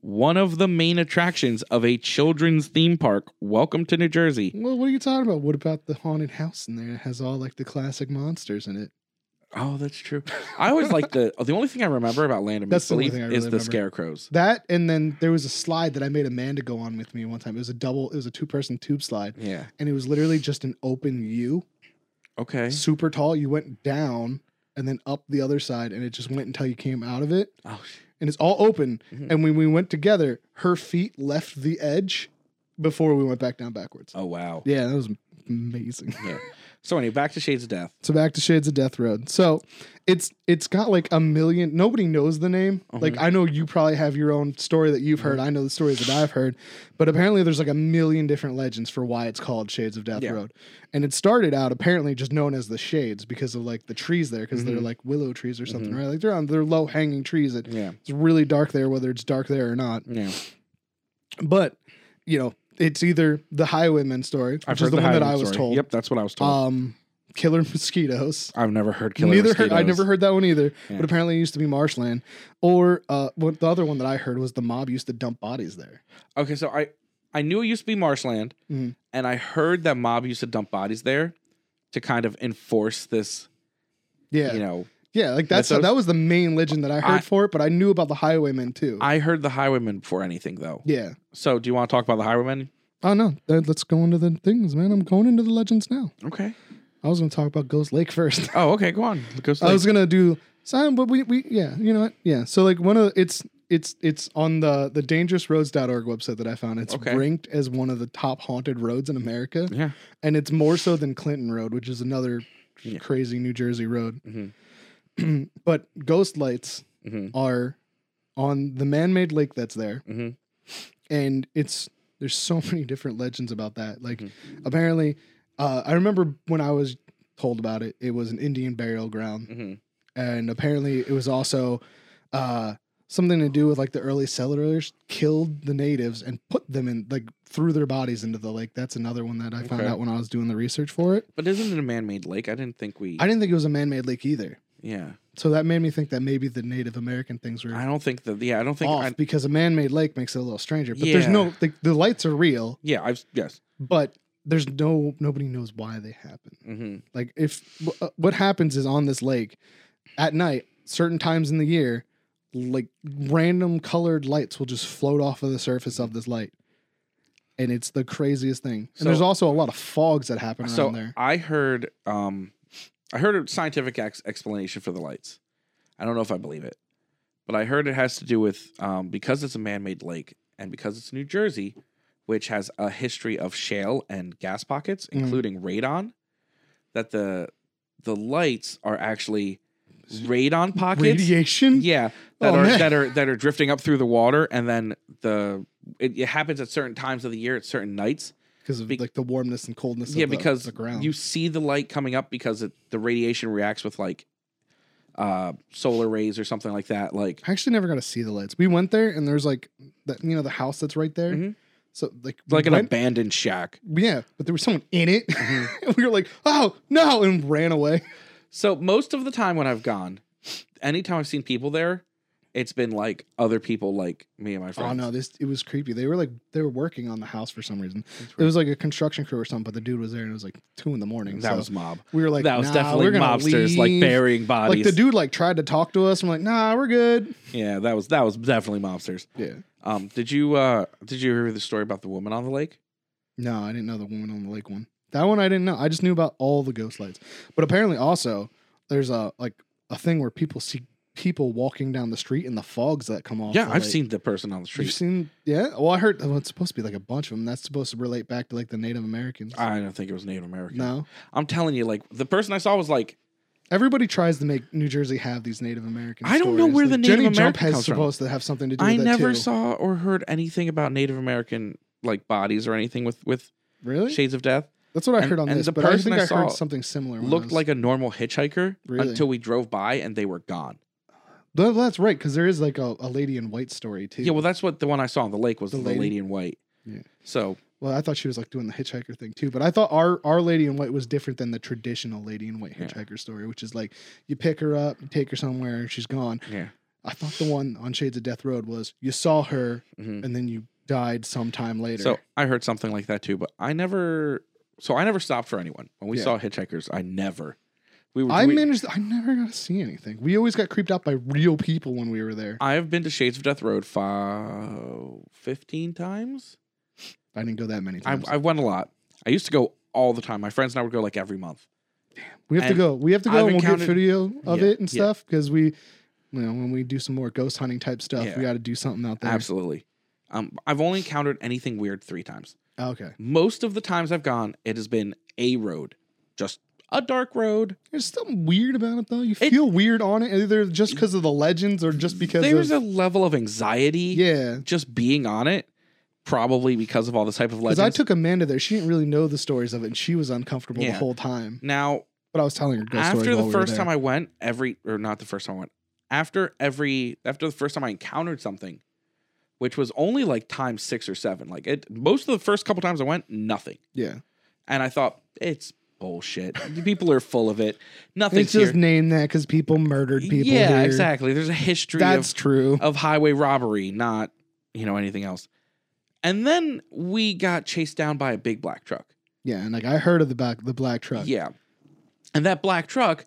one of the main attractions of a children's theme park. Welcome to New Jersey.
Well, what are you talking about? What about the haunted house in there? It has all like the classic monsters in it.
Oh, that's true. I always like the the only thing I remember about Land of Make
That's the only
Believe
thing I
is the
really remember.
scarecrows.
That and then there was a slide that I made Amanda go on with me one time. It was a double, it was a two person tube slide,
Yeah.
and it was literally just an open U,
Okay.
super tall. You went down and then up the other side, and it just went until you came out of it,
Oh, sh-
and it's all open.
Mhm.
And when we went together, her feet left the edge before we went back down backwards.
oh wow.
Yeah, that was amazing.
Yeah. So anyway, back to Shades of Death.
So back to Shades of Death Road. So it's it's got like a million. Nobody knows the name.
Uh-huh.
Like I know you probably have your own story that you've heard. I know the stories that I've heard, but apparently there's like a million different legends for why it's called Shades of Death
Yeah.
Road. And it started out apparently just known as the Shades because of like the trees there, because
Mm-hmm.
they're like willow trees or something, right? Like they're on they're low hanging trees. It,
Yeah.
It's really dark there, whether it's dark there or not.
Yeah.
But you know, it's either the Highwayman story, which is the, one that
Highland
I was
story.
told.
Yep, that's what I was told.
Um, killer mosquitoes.
I've never heard killer
Neither heard, I
mosquitoes.
never heard that one either.
Yeah.
But apparently, it used to be marshland. Or uh, what the other one that I heard was the mob used to dump bodies there.
Okay, so I I knew it used to be marshland,
Mhm.
and I heard that mob used to dump bodies there to kind of enforce this,
Yeah,
you know.
yeah, like that's
Mythos?
that was the main legend that I heard
I-
for it. But I knew about the highwaymen too.
I heard the highwaymen before anything though.
yeah.
So do you want to talk about the highwaymen?
Oh no, then let's go into the things, man. I'm going into the legends now.
Okay.
I was going to talk about Ghost Lake first.
Oh, okay, go on. Go
I was gonna do sign, but we we yeah, you know what? Yeah. So like one of the, it's it's it's on the the dangerousroads.org website that I found. It's
Okay.
ranked as one of the top haunted roads in America.
Yeah.
And it's more so than Clinton Road, which is another
Yeah.
crazy New Jersey road.
Mhm.
but ghost lights
Mhm.
are on the man-made lake that's there.
Mhm.
And it's there's so many different legends about that. Like
Mm-hmm.
apparently uh, I remember when I was told about
Mm-hmm.
it, it was an Indian burial ground
Mhm.
and apparently it was also uh something to do with like the early settlers killed the natives and put them in like threw their bodies into the lake. That's another one that I found
Okay.
out when I was doing the research for it.
But isn't it a man-made lake? I didn't think we.
I didn't think it was a man-made lake either.
yeah,
So that made me think that maybe the Native American things were
I don't think that. Yeah, I don't think.
off
I,
because a man-made lake makes it a little stranger. But there's no the, the lights are real,
yeah, I've yes.
but there's no nobody knows why they happen.
hmm
Like if wh- uh, what happens is on this lake at night, certain times in the year, like random colored lights will just float off of the surface of this light. And it's the craziest thing. And
So-
there's also a lot of fogs that happen around
So
there.
I heard, um, I heard a scientific ex- explanation for the lights. I don't know if I believe it, but I heard it has to do with um, because it's a man-made lake and because it's New Jersey, which has a history of shale and gas pockets,
Mm.
including radon. That the the lights are actually radon pockets.
Radiation?
Yeah, that
Oh,
are
man.
that are that are drifting up through the water, and then the it, it happens at certain times of the year, at certain nights.
Because of
Be-
like the warmness and coldness of
yeah,
the,
because
the ground.
you see the light coming up because it, the radiation reacts with like uh solar rays or something like that. Like
I actually never got to see the lights. We went there and there's like that you know the house that's right there.
Mhm.
So like we
like an
went-
abandoned shack.
yeah, but there was someone in it.
Mm-hmm.
and we were like, oh no, and ran away.
So most of the time when I've gone, anytime I've seen people there, it's been like other people like me and my friends.
Oh no, this it was creepy. They were like they were working on the house for some reason.
That's
It was like a construction crew or something, but the dude was there and it was like two in the morning.
that
so
was mob.
we were like
that was
"Nah,
definitely
we're gonna
mobsters like
leave."
burying
Like
bodies.
the dude like tried to talk to us. I'm like, nah, we're good.
yeah, that was that was definitely mobsters.
Yeah.
Um, did you uh did you hear the story about the woman on the lake?
No, I didn't know the woman on the lake one. That one I didn't know. I just knew about all the ghost lights. But apparently also there's a like a thing where people see people walking down the street and the fogs that come off.
yeah,
the
I've
lake.
seen the person on the street.
You've seen yeah? Well I heard well, it's supposed to be like a bunch of them. That's supposed to relate back to like the Native Americans.
I don't think it was Native American.
no.
I'm telling you, like the person I saw was like,
Everybody tries to make New Jersey have these Native American
I don't know
stories.
where the
Like,
Native
Jenny Jump
American
has
comes from.
supposed to have something to do with
I
that
never
too.
saw or heard anything about Native American like bodies or anything with with
Really?
shades of death.
That's what I
And-
heard on
and
this,
the
but I
person
think
I
I,
saw
heard something similar. when I
Looked
was-
like a normal hitchhiker
Really?
until we drove by and they were gone.
Well, that's right because there is like a, a lady in white story too.
Yeah, well, that's what the one I saw on the lake was the,
The
lady.
lady?
in white.
Yeah.
So
Well, I thought she was like doing the hitchhiker thing too, but I thought our our lady in white was different than the traditional lady in white
Yeah.
hitchhiker story, which is like you pick her up, you take her somewhere, and she's gone.
yeah,
I thought the one on Shades of Death Road was you saw her
mhm.
and then you died sometime later.
so I heard something like that too, but I never. So I never stopped for anyone when we
Yeah.
saw hitchhikers. I never. We were.
I
we-
managed. I never got to see anything. We always got creeped out by real people when we were there.
I have been to Shades of Death Road five, 15 times.
I didn't go that many
I,
times.
I went a lot. I used to go all the time. My friends and I would go like every month.
we have to
and
go. We have to go.
I've
and we'll get
encountered-
video of
Yeah,
it and
yeah.
stuff because we, you know, when we do some more ghost hunting type stuff,
Yeah.
we got to do something out there.
Absolutely. Um, I've only encountered anything weird three times.
Ah, Okay.
Most of the times I've gone, it has been a road, just a dark road.
There's something weird about it though. You
It-
feel weird on it, either just because of the legends or just because
There's
of,
a level of anxiety
yeah.
just being on it, probably because of all this type of
Because I
legends.
took Amanda there, she didn't really know the stories of it, and she was uncomfortable
Yeah.
the whole time.
now,
But I was telling her ghost stories
after
while
the
we
first
were
time I went, every or not the first time I went, after every after the first time I encountered something, which was only like times six or seven. Like it, most of the first couple times I went, nothing,
there. yeah,
and I thought it's bullshit. People are full of it. Nothing's
it's just
here.
named that because people murdered people.
yeah,
here.
exactly. There's a history
That's
of,
true.
of highway robbery, not you know anything else. And then we got chased down by a big black truck.
Yeah, and like I heard of the back the black truck.
Yeah. And that black truck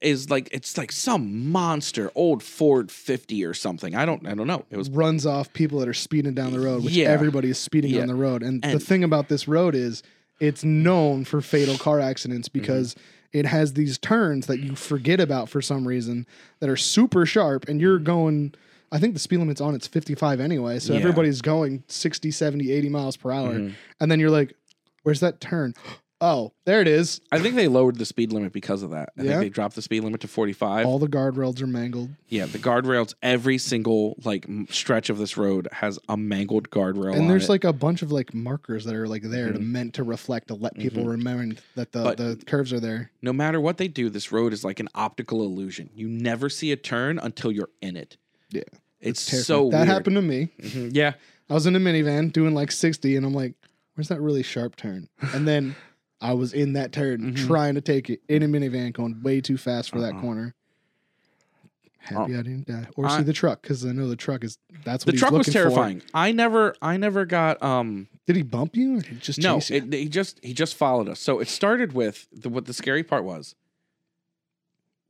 is like it's like some monster old Ford 50 or something. I don't I don't know. It was
runs off people that are speeding down the road, which
Yeah.
everybody is speeding
Yeah.
on the road. And, the
And-
thing about this road is it's known for fatal car accidents
Mm-hmm.
because it has these turns that you forget about for some reason that are super sharp and you're going I think the speed limit's on it's 55 anyway, so
Mm-hmm. Yeah. Mm-hmm.
everybody's going 60, 70, 80 miles per hour. And then you're like, where's that turn? Oh, there it is.
I think they lowered the speed limit because of that. I
Yeah?
think they dropped the speed limit to 45.
All the guardrails are mangled.
Yeah, the guardrails every single like m- stretch of this road has a mangled guardrail
and
on
there's
it. Mm-hmm.
like a bunch of like markers that are like there to meant to reflect to let people remember that the,
But-
the curves are there.
no matter what they do, this road is like an optical illusion. You never see a turn until you're in it.
Yeah.
It's
terrifying.
so
that
weird.
happened to me.
Mhm. Yeah,
I was in a minivan doing like 60, and I'm like, where's that really sharp turn? And then I was in that turn
Mhm.
trying to take it in a minivan, going way too fast for that
Uh-uh.
corner. Happy I didn't die, or
Oh. I-
see the truck because I know the truck is that's
the
what
truck was
looking for.
terrifying. I never, I never got. um
Did he bump you or did he just
No,
chase you?
it, he just he just followed us. So it started with the, what the scary part was.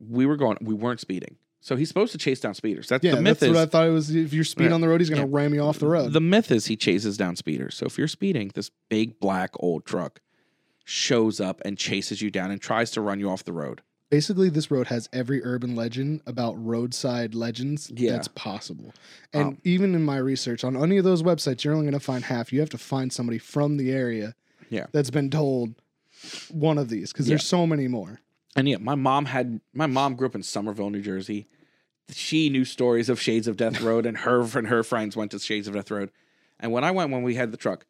We were going. We weren't speeding. So he's supposed to chase down speeders. That's
yeah,
the myth
that's
is
what I thought it was. If you're speeding
Yeah.
on the road, he's gonna
Yeah.
ram you off the road.
The myth is he chases down speeders. So if you're speeding, this big black old truck shows up and chases you down and tries to run you off the road.
Basically, this road has every urban legend about roadside legends
Yeah.
that's possible. And
Um,
even in my research on any of those websites, you're only going to find half. You have to find somebody from the area
Yeah.
that's been told one of these because there's so many more.
And yeah, my mom had my mom grew up in Somerville, New Jersey. She knew stories of Shades of Death Road, and her and her friends went to Shades of Death Road. And when I went, when we had the truck,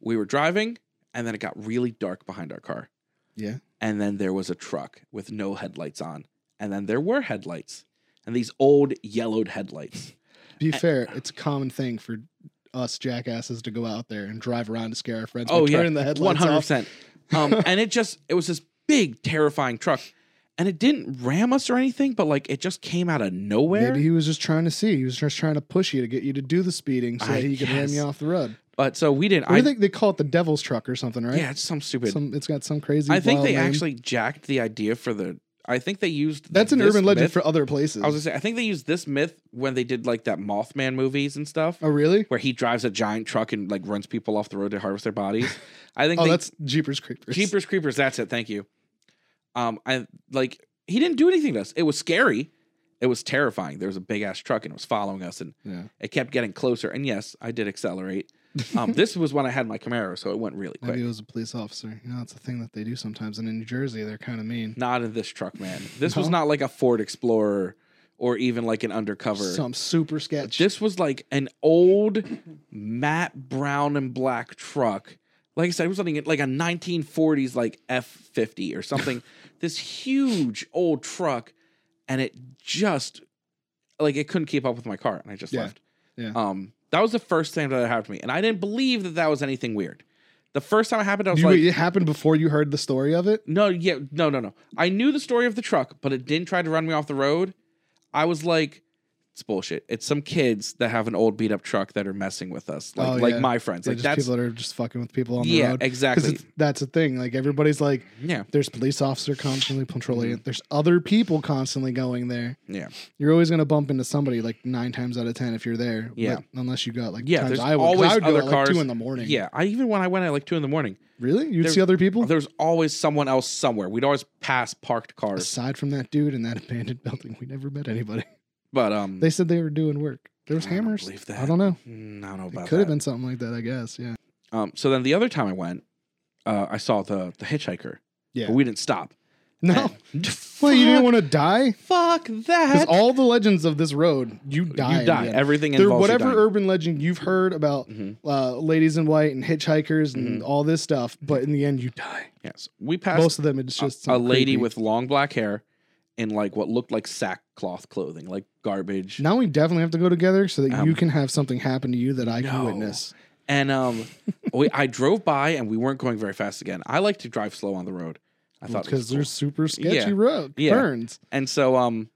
we were driving, and then it got really dark behind our car.
Yeah.
And then there was a truck with no headlights on, and then there were headlights, and these old yellowed headlights.
Be fair,
uh,
it's a common thing for us jackasses to go out there and drive around to scare our friends.
Oh,
We
yeah.
turn the
One
headlights
hundred
off.
percent. Um, And it just it was this big terrifying truck, and it didn't ram us or anything, but like it just came out of nowhere.
Maybe he was just trying to see. He was just trying to push you to get you to do the speeding so
I
that he could ram
guess.
you off the road.
But so we didn't.
I
I
think they call it the devil's truck or something, right?
yeah, it's some stupid.
Some, it's got some crazy.
I think
wild
they
name.
actually jacked the idea for the. I think they used
That's an
this
urban legend
myth-
for other places.
I was gonna say I think they used this myth when they did like that Mothman movies and stuff,
oh, really?
where he drives a giant truck and like runs people off the road to harvest their bodies. I think
Oh,
they,
that's Jeepers Creepers.
Jeepers Creepers. That's it. Thank you. Um, I like he didn't do anything to us. It was scary. It was terrifying. There was a big ass truck and it was following us, and
Yeah.
it kept getting closer. And yes, I did accelerate. Um, this was when I had my Camaro, so it went really quick.
Maybe it was a police officer. You know, it's a thing that they do sometimes. And in New Jersey, they're kind of mean.
Not in this truck, man. This was
No?
not like a Ford Explorer or even like an undercover.
Some super sketch.
This was like an old matte brown and black truck. Like I said, it was something like a 1940s like F50 or something. this huge old truck, and it just like it couldn't keep up with my car, and I just
Yeah.
left.
Yeah.
Um, that was the first time that happened to me, and I didn't believe that that was anything weird. The first time it happened, I was
You-
like,
it happened before you heard the story of it.
no, yeah, no, no, no. I knew the story of the truck, but it didn't try to run me off the road. I was like, it's bullshit. It's some kids that have an old beat up truck that are messing with us, like
Oh,
like
yeah.
my friends.
It's
like
like just
that's
people that are just fucking with people on the
yeah,
road.
exactly.
it's- that's the thing. Like everybody's like,
Yeah,
there's police officer constantly patrolling it. There's other people constantly going there.
Mm-hmm. yeah,
You're always gonna bump into somebody like nine times out of ten if you're there.
Yeah.
But unless you got like
Yeah,
times
there's
I would, 'cause
always
I would
other
go at, like
cars-
two in the morning.
yeah. I even when I went at like two in the morning,
Really? You'd
There's-
see other people?
there was always someone else somewhere. We'd always pass parked cars,
Aside from that dude in that abandoned building, we never met anybody.
but um,
They said they were doing work. There was
I don't
hammers.
believe
I
that.
don't know.
Mm, I don't know
It
about
could
that.
have been something like that, I guess. Yeah.
Um, so then the other time I went, uh, I saw the the hitchhiker.
Yeah.
but we didn't stop.
No.
And-
Well, you didn't
Fuck-
want to die?
fuck
Because
that.
all the legends of this road, you die.
you
in
die.
the end.
Everything
There,
involves
whatever
You dying.
urban legend you've heard about
Mhm.
uh, ladies in white and hitchhikers and
Mm-hmm.
all this stuff, but in the end, you die.
Yes, we passed
Most of them, it's
a-
just
a,
some
lady
creepy-
with long black hair and like what looked like sackcloth clothing, like garbage.
Now we definitely have to go together so that
Um,
you can have something happen to you that I can
no.
witness.
And um, we, I drove by and we weren't going very fast again. I like to drive slow on the road. I thought it was
Because
cool.
they're super sketchy
Yeah.
road
Yeah.
turns.
And so um,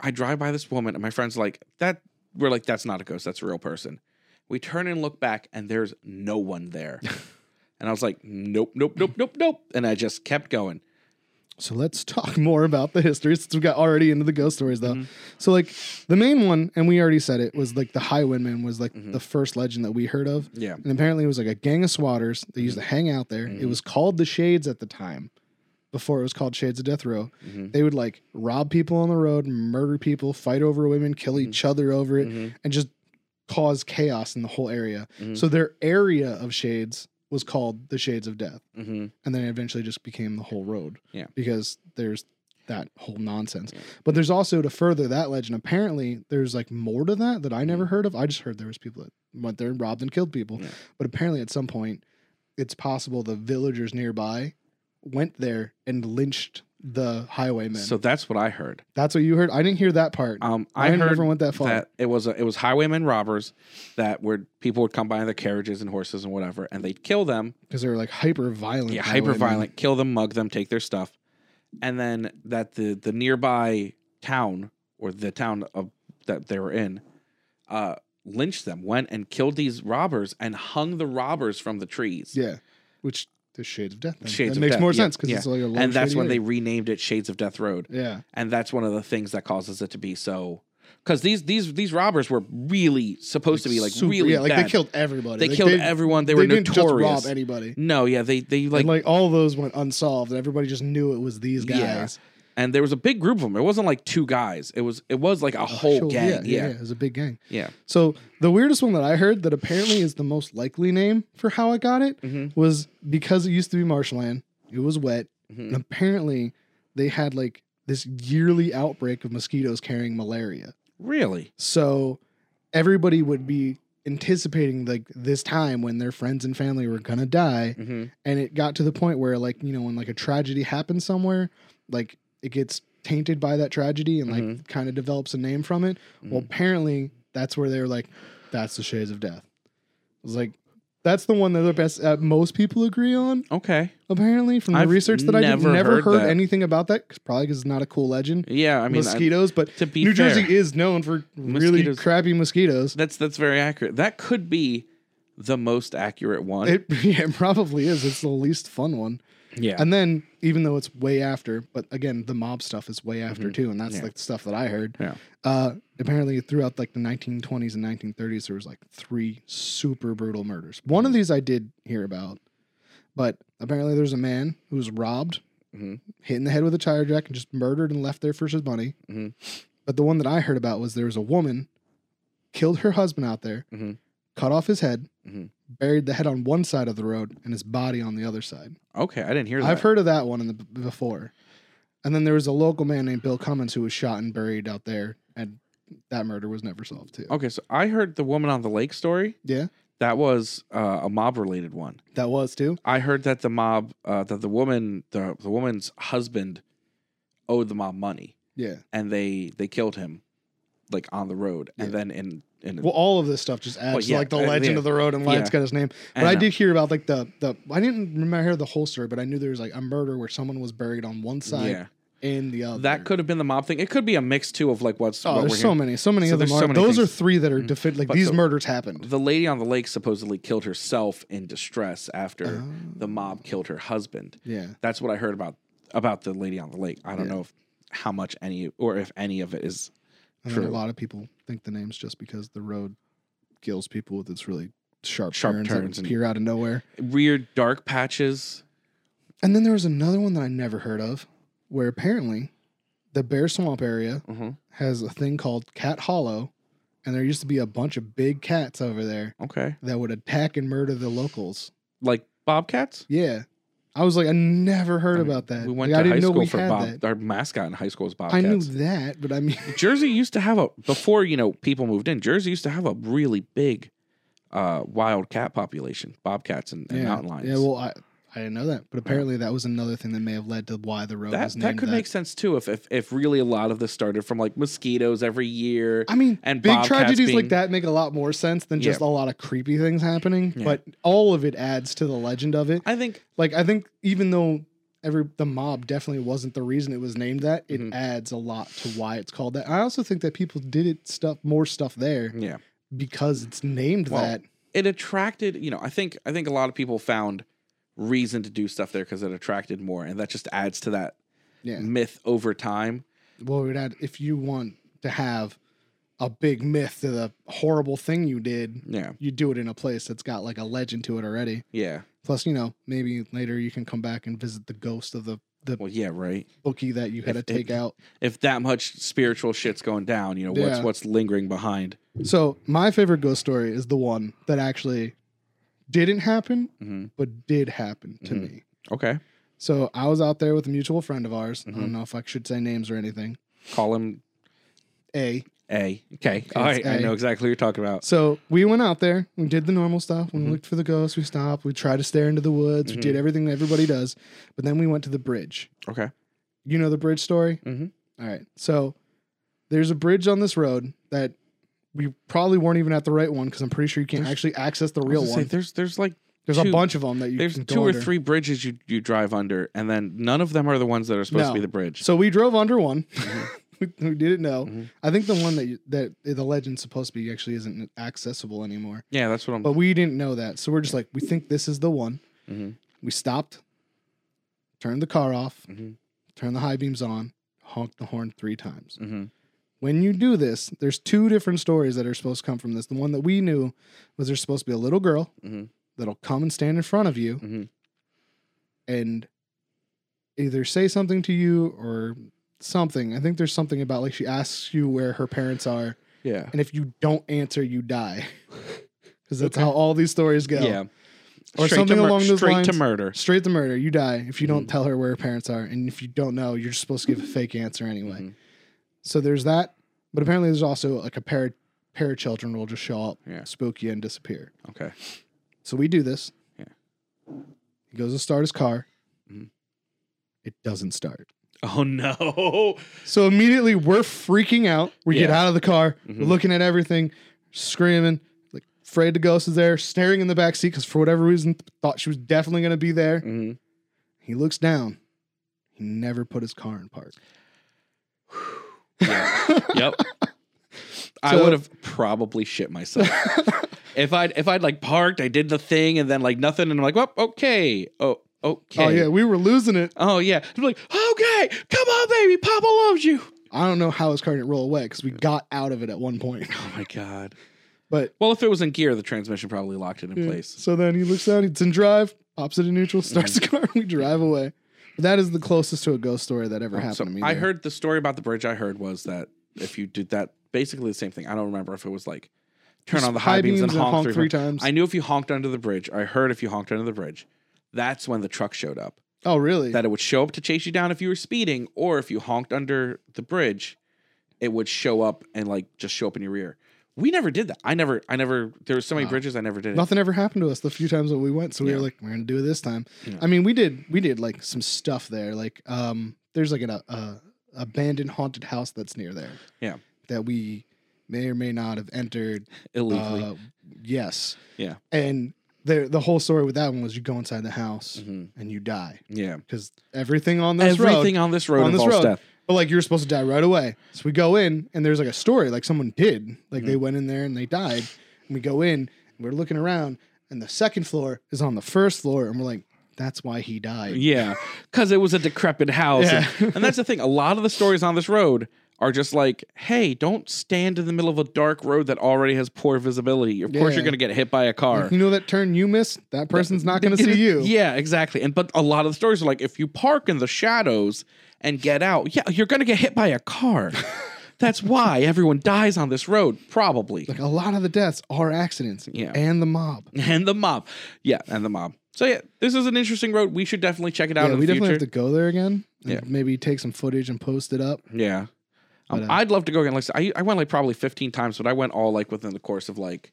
I drive by this woman and my friends like that. We're like, that's not a ghost. That's a real person. We turn and look back and there's no one there. and I was like, nope, nope, nope, nope, nope. And I just kept going.
So let's talk more about the history since we got already into the ghost stories though. So like the main one, and we already said it, was like the High Windman was like the first legend that we heard of.
Yeah.
And apparently it was like a gang of swatters. They used to hang out there. It was called the Shades at the time. Before it was called Shades of Death Row.
Mm-hmm.
They would like rob people on the road, murder people, fight over women, kill each other over it,
Mm-hmm.
and just cause chaos in the whole area.
Mhm.
So their area of shades was called the Shades of Death
Mm-hmm.
and then it eventually just became the whole road.
Yeah.
Because there's that whole nonsense.
Yeah.
But there's also to further that legend, apparently there's like more to that that I never heard of. I just heard there was people that went there and robbed and killed people.
Mm. Yeah.
But apparently at some point it's possible the villagers nearby went there and lynched the highwaymen.
So that's what I heard.
That's what you heard. I didn't hear that part.
Um, I,
I,
heard
never went that far.
that it was a, it was highwaymen robbers that were people would come by in their carriages and horses and whatever, and they'd kill them.
because they were like hyper violent.
yeah, hyper violent, kill them, mug them, take their stuff, and then that the the nearby town or the town of that they were in, uh, lynched them, went and killed these robbers and hung the robbers from the trees.
Yeah, which the shades of death. Then.
Shades
Shades
of
makes
Death,
more
yeah,
sense because
yeah.
it's like a long
and that's
shady
when they
area.
renamed it Shades of Death Road.
Yeah,
and that's one of the things that causes it to be so because these these these robbers were really supposed to be like
super-
really
yeah, like
bad.
they killed everybody.
They
Like,
killed everyone they, were
didn't
notorious
just rob anybody.
no yeah they they
Like,
like
and like all those went unsolved, and everybody just knew it was these guys.
Yeah. and there was a big group of them it wasn't like two guys it was it was like a whole
Oh, Sure,
gang yeah
yeah,
yeah,
it was a big gang.
yeah.
So the weirdest one that I heard that apparently is the most likely name for how I got it
Mhm.
was because it used to be marshland. It was wet,
Mhm.
and apparently they had like this yearly outbreak of mosquitoes carrying malaria.
really
So everybody would be anticipating like this time when their friends and family were gonna die.
Mhm.
And it got to the point where like, you know, when like a tragedy happens somewhere, like it gets tainted by that tragedy and like
Mhm.
kind of develops a name from it. Well,
Mhm.
apparently that's where they were like, that's the shades of death. It was like that's the one that the best uh, most people agree on.
okay
Apparently, from the
I've
research that I did,
never
never
heard
heard,
that.
anything about that. 'cause probably because it's not a cool legend.
yeah i mean I-
mosquitoes, but
to be
New
fair,
Jersey is known for really
Mosquitoes.
crappy mosquitoes.
that's that's very accurate that could be the most accurate one
It, yeah, it probably is. It's the least fun one.
yeah
And then, even though it's way after, but again, the mob stuff is way after
Mhm.
too, and that's
Yeah.
like the stuff that I heard.
Yeah.
Uh, apparently, throughout like the 1920s and 1930s, there was like three super brutal murders. One of
Mm-hmm.
these I did hear about, but apparently, there's a man who was robbed,
Mhm.
hit in the head with a tire jack, and just murdered and left there for his money.
Mhm.
But the one that I heard about was there was a woman killed her husband out there,
Mhm.
cut off his head.
Mhm.
Buried the head on one side of the road and his body on the other side.
okay i didn't hear that
I've heard of that one in the, b- before. And then there was a local man named Bill Cummins who was shot and buried out there, and that murder was never solved too.
okay so i heard the woman on the lake story
Yeah,
that was uh, a mob related one
that was too.
I heard that the mob, uh, that the woman, the, the woman's husband, owed the mob money,
Yeah.
and they they killed him, like on the road, and
Yeah.
then in in
Well, all of this stuff just adds
Well,
to,
yeah,
like the
uh,
legend
yeah.
of the road and why it's
Yeah.
got his name. But
and,
I
uh,
did hear about like the the I didn't remember the whole story, but I knew there was like a murder where someone was buried on one side
yeah,
and the other.
that could have been the mob thing. It could be a mix too of like what's
Oh,
what we're
there's so
hearing.
many, so many
So
of them.
there's so
are-
many
those are
things.
three that are defi- like
But
these
the-
murders happened.
The lady on the lake supposedly killed herself in distress after
Oh.
the mob killed her husband.
Yeah.
That's what I heard about about the lady on the lake. I don't
Yeah.
know if how much any or if any of it is
I think a
True.
lot of people think the name's just because the road kills people with its really sharp,
Sharp
turns, that
turns and-
appear out of nowhere.
weird dark patches.
And then there was another one that I never heard of, where apparently the Bear Swamp area
Mhm.
has a thing called Cat Hollow, and there used to be a bunch of big cats over there
Okay,
that would attack and murder the locals.
like bobcats.
Yeah, I was like, I never heard
I mean,
about that.
We went
Like, I
to
didn't
high
know
school
we
for
had
Bob.
that.
Our mascot in high school was Bobcats.
I knew that, but I mean,
Jersey used to have a before you know people moved in. Jersey used to have a really big uh, wild cat population, bobcats and, and
yeah,
mountain lions.
yeah. Well, I I didn't know that, but apparently that was another thing that may have led to why the road
that
was named
that could make sense too if, if if really a lot of this started from like mosquitoes every year.
I mean,
and
big
bobcats
tragedies
being-
like that make a lot more sense than just a lot of creepy things happening.
Yeah.
But all of it adds to the legend of it.
I think
Like I think even though every the mob definitely wasn't the reason it was named that, it
Mhm.
adds a lot to why it's called that. I also think that people did it stuff more stuff there
yeah,
because it's named
Well,
that.
it attracted you know I think I think a lot of people found reason to do stuff there because it attracted more, and that just adds to that
Yeah.
myth over time.
Well, it would add if you want to have a big myth to the horrible thing you did,
Yeah,
you do it in a place that's got like a legend to it already.
yeah.
Plus, you know, maybe later you can come back and visit the ghost of the the
Well, yeah, right.
bookie that you had
If
to
it-
take out.
If that much spiritual shit's going down, you know what's
Yeah.
what's lingering behind.
So my favorite ghost story is the one that actually didn't happen,
hmm
but did happen to
Mhm.
me.
Okay,
So I was out there with a mutual friend of ours. I
Mhm.
don't know if I should say names or anything.
call him
A.
A. Okay. All right. I
A.
know exactly what you're talking about.
So we went out there. We did the normal stuff. We
Mhm.
looked for the ghosts. We stopped. We tried to stare into the woods.
Mhm.
We did everything everybody does. But then we went to the bridge.
Okay.
You know the bridge story?
Mhm.
All right. So there's a bridge on this road that we probably weren't even at the right one because I'm pretty sure you can't
There's-
actually access the
I was
real
gonna say,
one.
there's there's like
there's
two-
a bunch of them that you
there's
can
two
go
or
under.
three bridges you, you drive under, and then none of them are the ones that are supposed
No.
to be the bridge.
So we drove under one.
Mm-hmm.
we, we didn't know.
Mhm.
I think the one that you, that the legend's supposed to be actually isn't accessible anymore.
Yeah, that's what I'm.
But we didn't know that, so we're just like, we think this is the one.
Mhm.
We stopped, turned the car off,
Mhm.
turned the high beams on, honked the horn three times.
Mhm.
When you do this, there's two different stories that are supposed to come from this. The one that we knew was there's supposed to be a little girl
Mhm.
that'll come and stand in front of you
Mhm.
and either say something to you or something. I think there's something about like she asks you where her parents are,
Yeah.
and if you don't answer, you die. Because that's
Okay.
how all these stories go.
Yeah.
Or
Straight
something
to
along those
straight to
lines.
murder.
Straight to murder, you die if you
Mm.
don't tell her where her parents are, and if you don't know, you're just supposed to give a fake answer anyway.
Mhm.
So there's that, but apparently there's also like a pair pair of children will just show up,
Yeah.
spook you, and disappear.
Okay.
So we do this.
Yeah.
He goes to start his car.
Mhm.
It doesn't start.
Oh no.
So immediately we're freaking out. We get
Yeah.
out of the car,
Mhm.
we're looking at everything, screaming. Like afraid the ghost is there, staring in the back seat because for whatever reason thought she was definitely gonna be there.
hmm
He looks down. He never put his car in park.
Yep. I
So-
would have probably shit myself. if I'd if I'd like parked, I did the thing and then like nothing, and I'm like, well, okay. Oh okay.
Oh yeah, we were losing it.
Oh yeah. I'm like, okay, come on, baby. Papa loves you.
I don't know how his car didn't roll away because we got out of it at one point.
Oh my god. Mm.
But
Well, if it was in gear, the transmission probably locked it in
Yeah.
place.
So then he looks down, it's in drive, pops it in neutral, starts the car, and we drive away. That is the closest to a ghost story that ever happened
So
to me.
I
there.
heard the story about the bridge. I heard was that if you did that, basically the same thing. I don't remember if it was like turn on the high, beams, and honk, three, times.
times.
I knew if you honked under the bridge. I heard if you honked under the bridge, that's when the truck showed up.
oh, really?
that it would show up to chase you down if you were speeding, or if you honked under the bridge, it would show up and like just show up in your rear. We never did that. I never, I never. There were so many
Wow.
bridges I never did it.
Nothing ever happened to us the few times that we went, so we
Yeah.
were like, we're gonna do it this time.
Yeah.
I mean, we did we did like some stuff there. Like, um, there's like an uh, uh, abandoned haunted house that's near there.
Yeah.
that we may or may not have entered.
illegally.
Uh, yes.
Yeah.
And the the whole story with that one was you go inside the house
Mhm.
and you die
Yeah,
because everything on this
everything
road,
on this road
on this
involves
road.
death.
but like you're supposed to die right away. So we go in and there's like a story like someone did, like
Mm-hmm.
they went in there and they died. And we go in and we're looking around and the second floor is on the first floor and we're like, that's why he died.
Yeah, because it was a decrepit house, and, and that's the thing. A lot of the stories on this road are just like, "Hey, don't stand in the middle of a dark road that already has poor visibility. Of course,
Yeah.
you're going to get hit by a car."
You know that turn you missed? That person's not going to see you.
Yeah, exactly. And but a lot of the stories are like if you park in the shadows and get out, yeah, you're gonna get hit by a car. That's why everyone dies on this road, probably.
Like a lot of the deaths are accidents.
Yeah.
And the mob.
And the mob. Yeah, and the mob. So yeah, this is an interesting road. We should definitely check it out
Yeah,
in
we
the
definitely
future.
have to go there again. and
Yeah.
Maybe take some footage and post it up.
Yeah. Um,
But, uh,
I'd love to go again. Like I, said, I I went like probably 15 times, but I went all like within the course of like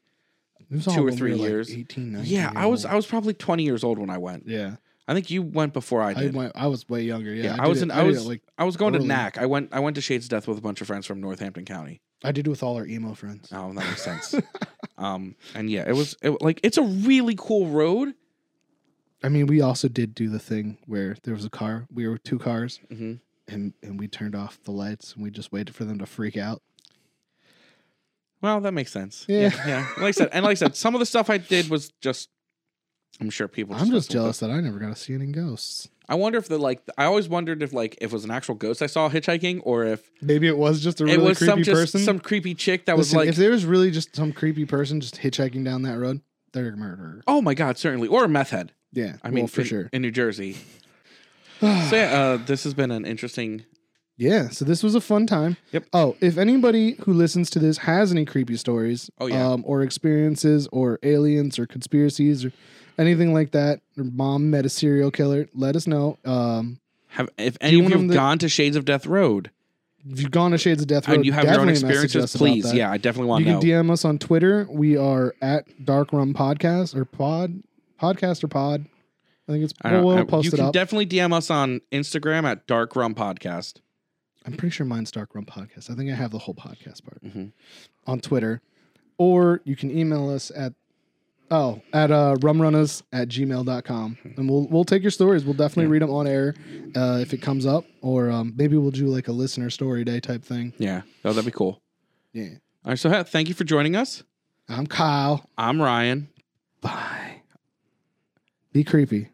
It was
Two
all
or
when we
three
were, like,
years.
18, 19
Yeah, I
years
was
old.
I was probably 20 years old when I went.
yeah,
I think you went before I
I,
did.
went, I was way younger. Yeah,
yeah, I,
did
was
it-
in,
did
I
it,
was
like
I was going to
early.
NAC. I went I went to Shades of Death with a bunch of friends from Northampton County.
I did it with all our emo friends.
Oh, that makes sense. um, and yeah, it was it, like it's a really cool road.
I mean, we also did do the thing where there was a car. We were two cars, and and we turned off the lights and we just waited for them to freak out.
Well, that makes sense.
Yeah.
yeah, Like I said, and like I said, some of the stuff I did was just. I'm sure people.
I'm just
messed with
jealous that I never got to see any ghosts.
it. I wonder if the like. I always wondered if like if it was an actual ghost I saw hitchhiking, or if
Maybe it was just a really
it was
creepy
some just
person.
some creepy chick that
Listen,
was
if
like.
there was really just some creepy person just hitchhiking down that road, they're a murderer.
Oh my god, certainly, or a meth head.
Yeah,
I mean,
well, for
in-
sure.
in New Jersey. So yeah, uh, this has been an interesting.
Yeah, so this was a fun time.
Yep.
Oh, if anybody who listens to this has any creepy stories,
Oh, yeah.
um, or experiences, or aliens, or conspiracies, or anything like that, or mom met a serial killer, let us know. Um,
Have if any of you
want
have
them to-
gone to Shades of Death Road
if you've gone to Shades of Death Road,
and you have your own
definitely message
experiences,
us about
please,
that.
yeah, I definitely want to
you
know.
can DM us on Twitter. We are at Dark Rum Podcast or Pod Podcast or Pod. I think it's
I
well,
don't-
we'll
I-
post
you
it
can
up.
definitely DM us on Instagram at Dark Rum Podcast.
I'm pretty sure mine's Dark Rum Podcast. I think I have the whole podcast part
Mhm.
on Twitter, or you can email us at oh at uh, rumrunners at gmail.com and we'll we'll take your stories. We'll definitely read them on air uh, if it comes up, or um, maybe we'll do like a listener story day type thing.
Yeah, oh, that'd be cool.
Yeah,
All right, so hey, thank you for joining us.
I'm Kyle.
I'm Ryan.
Bye. Be creepy.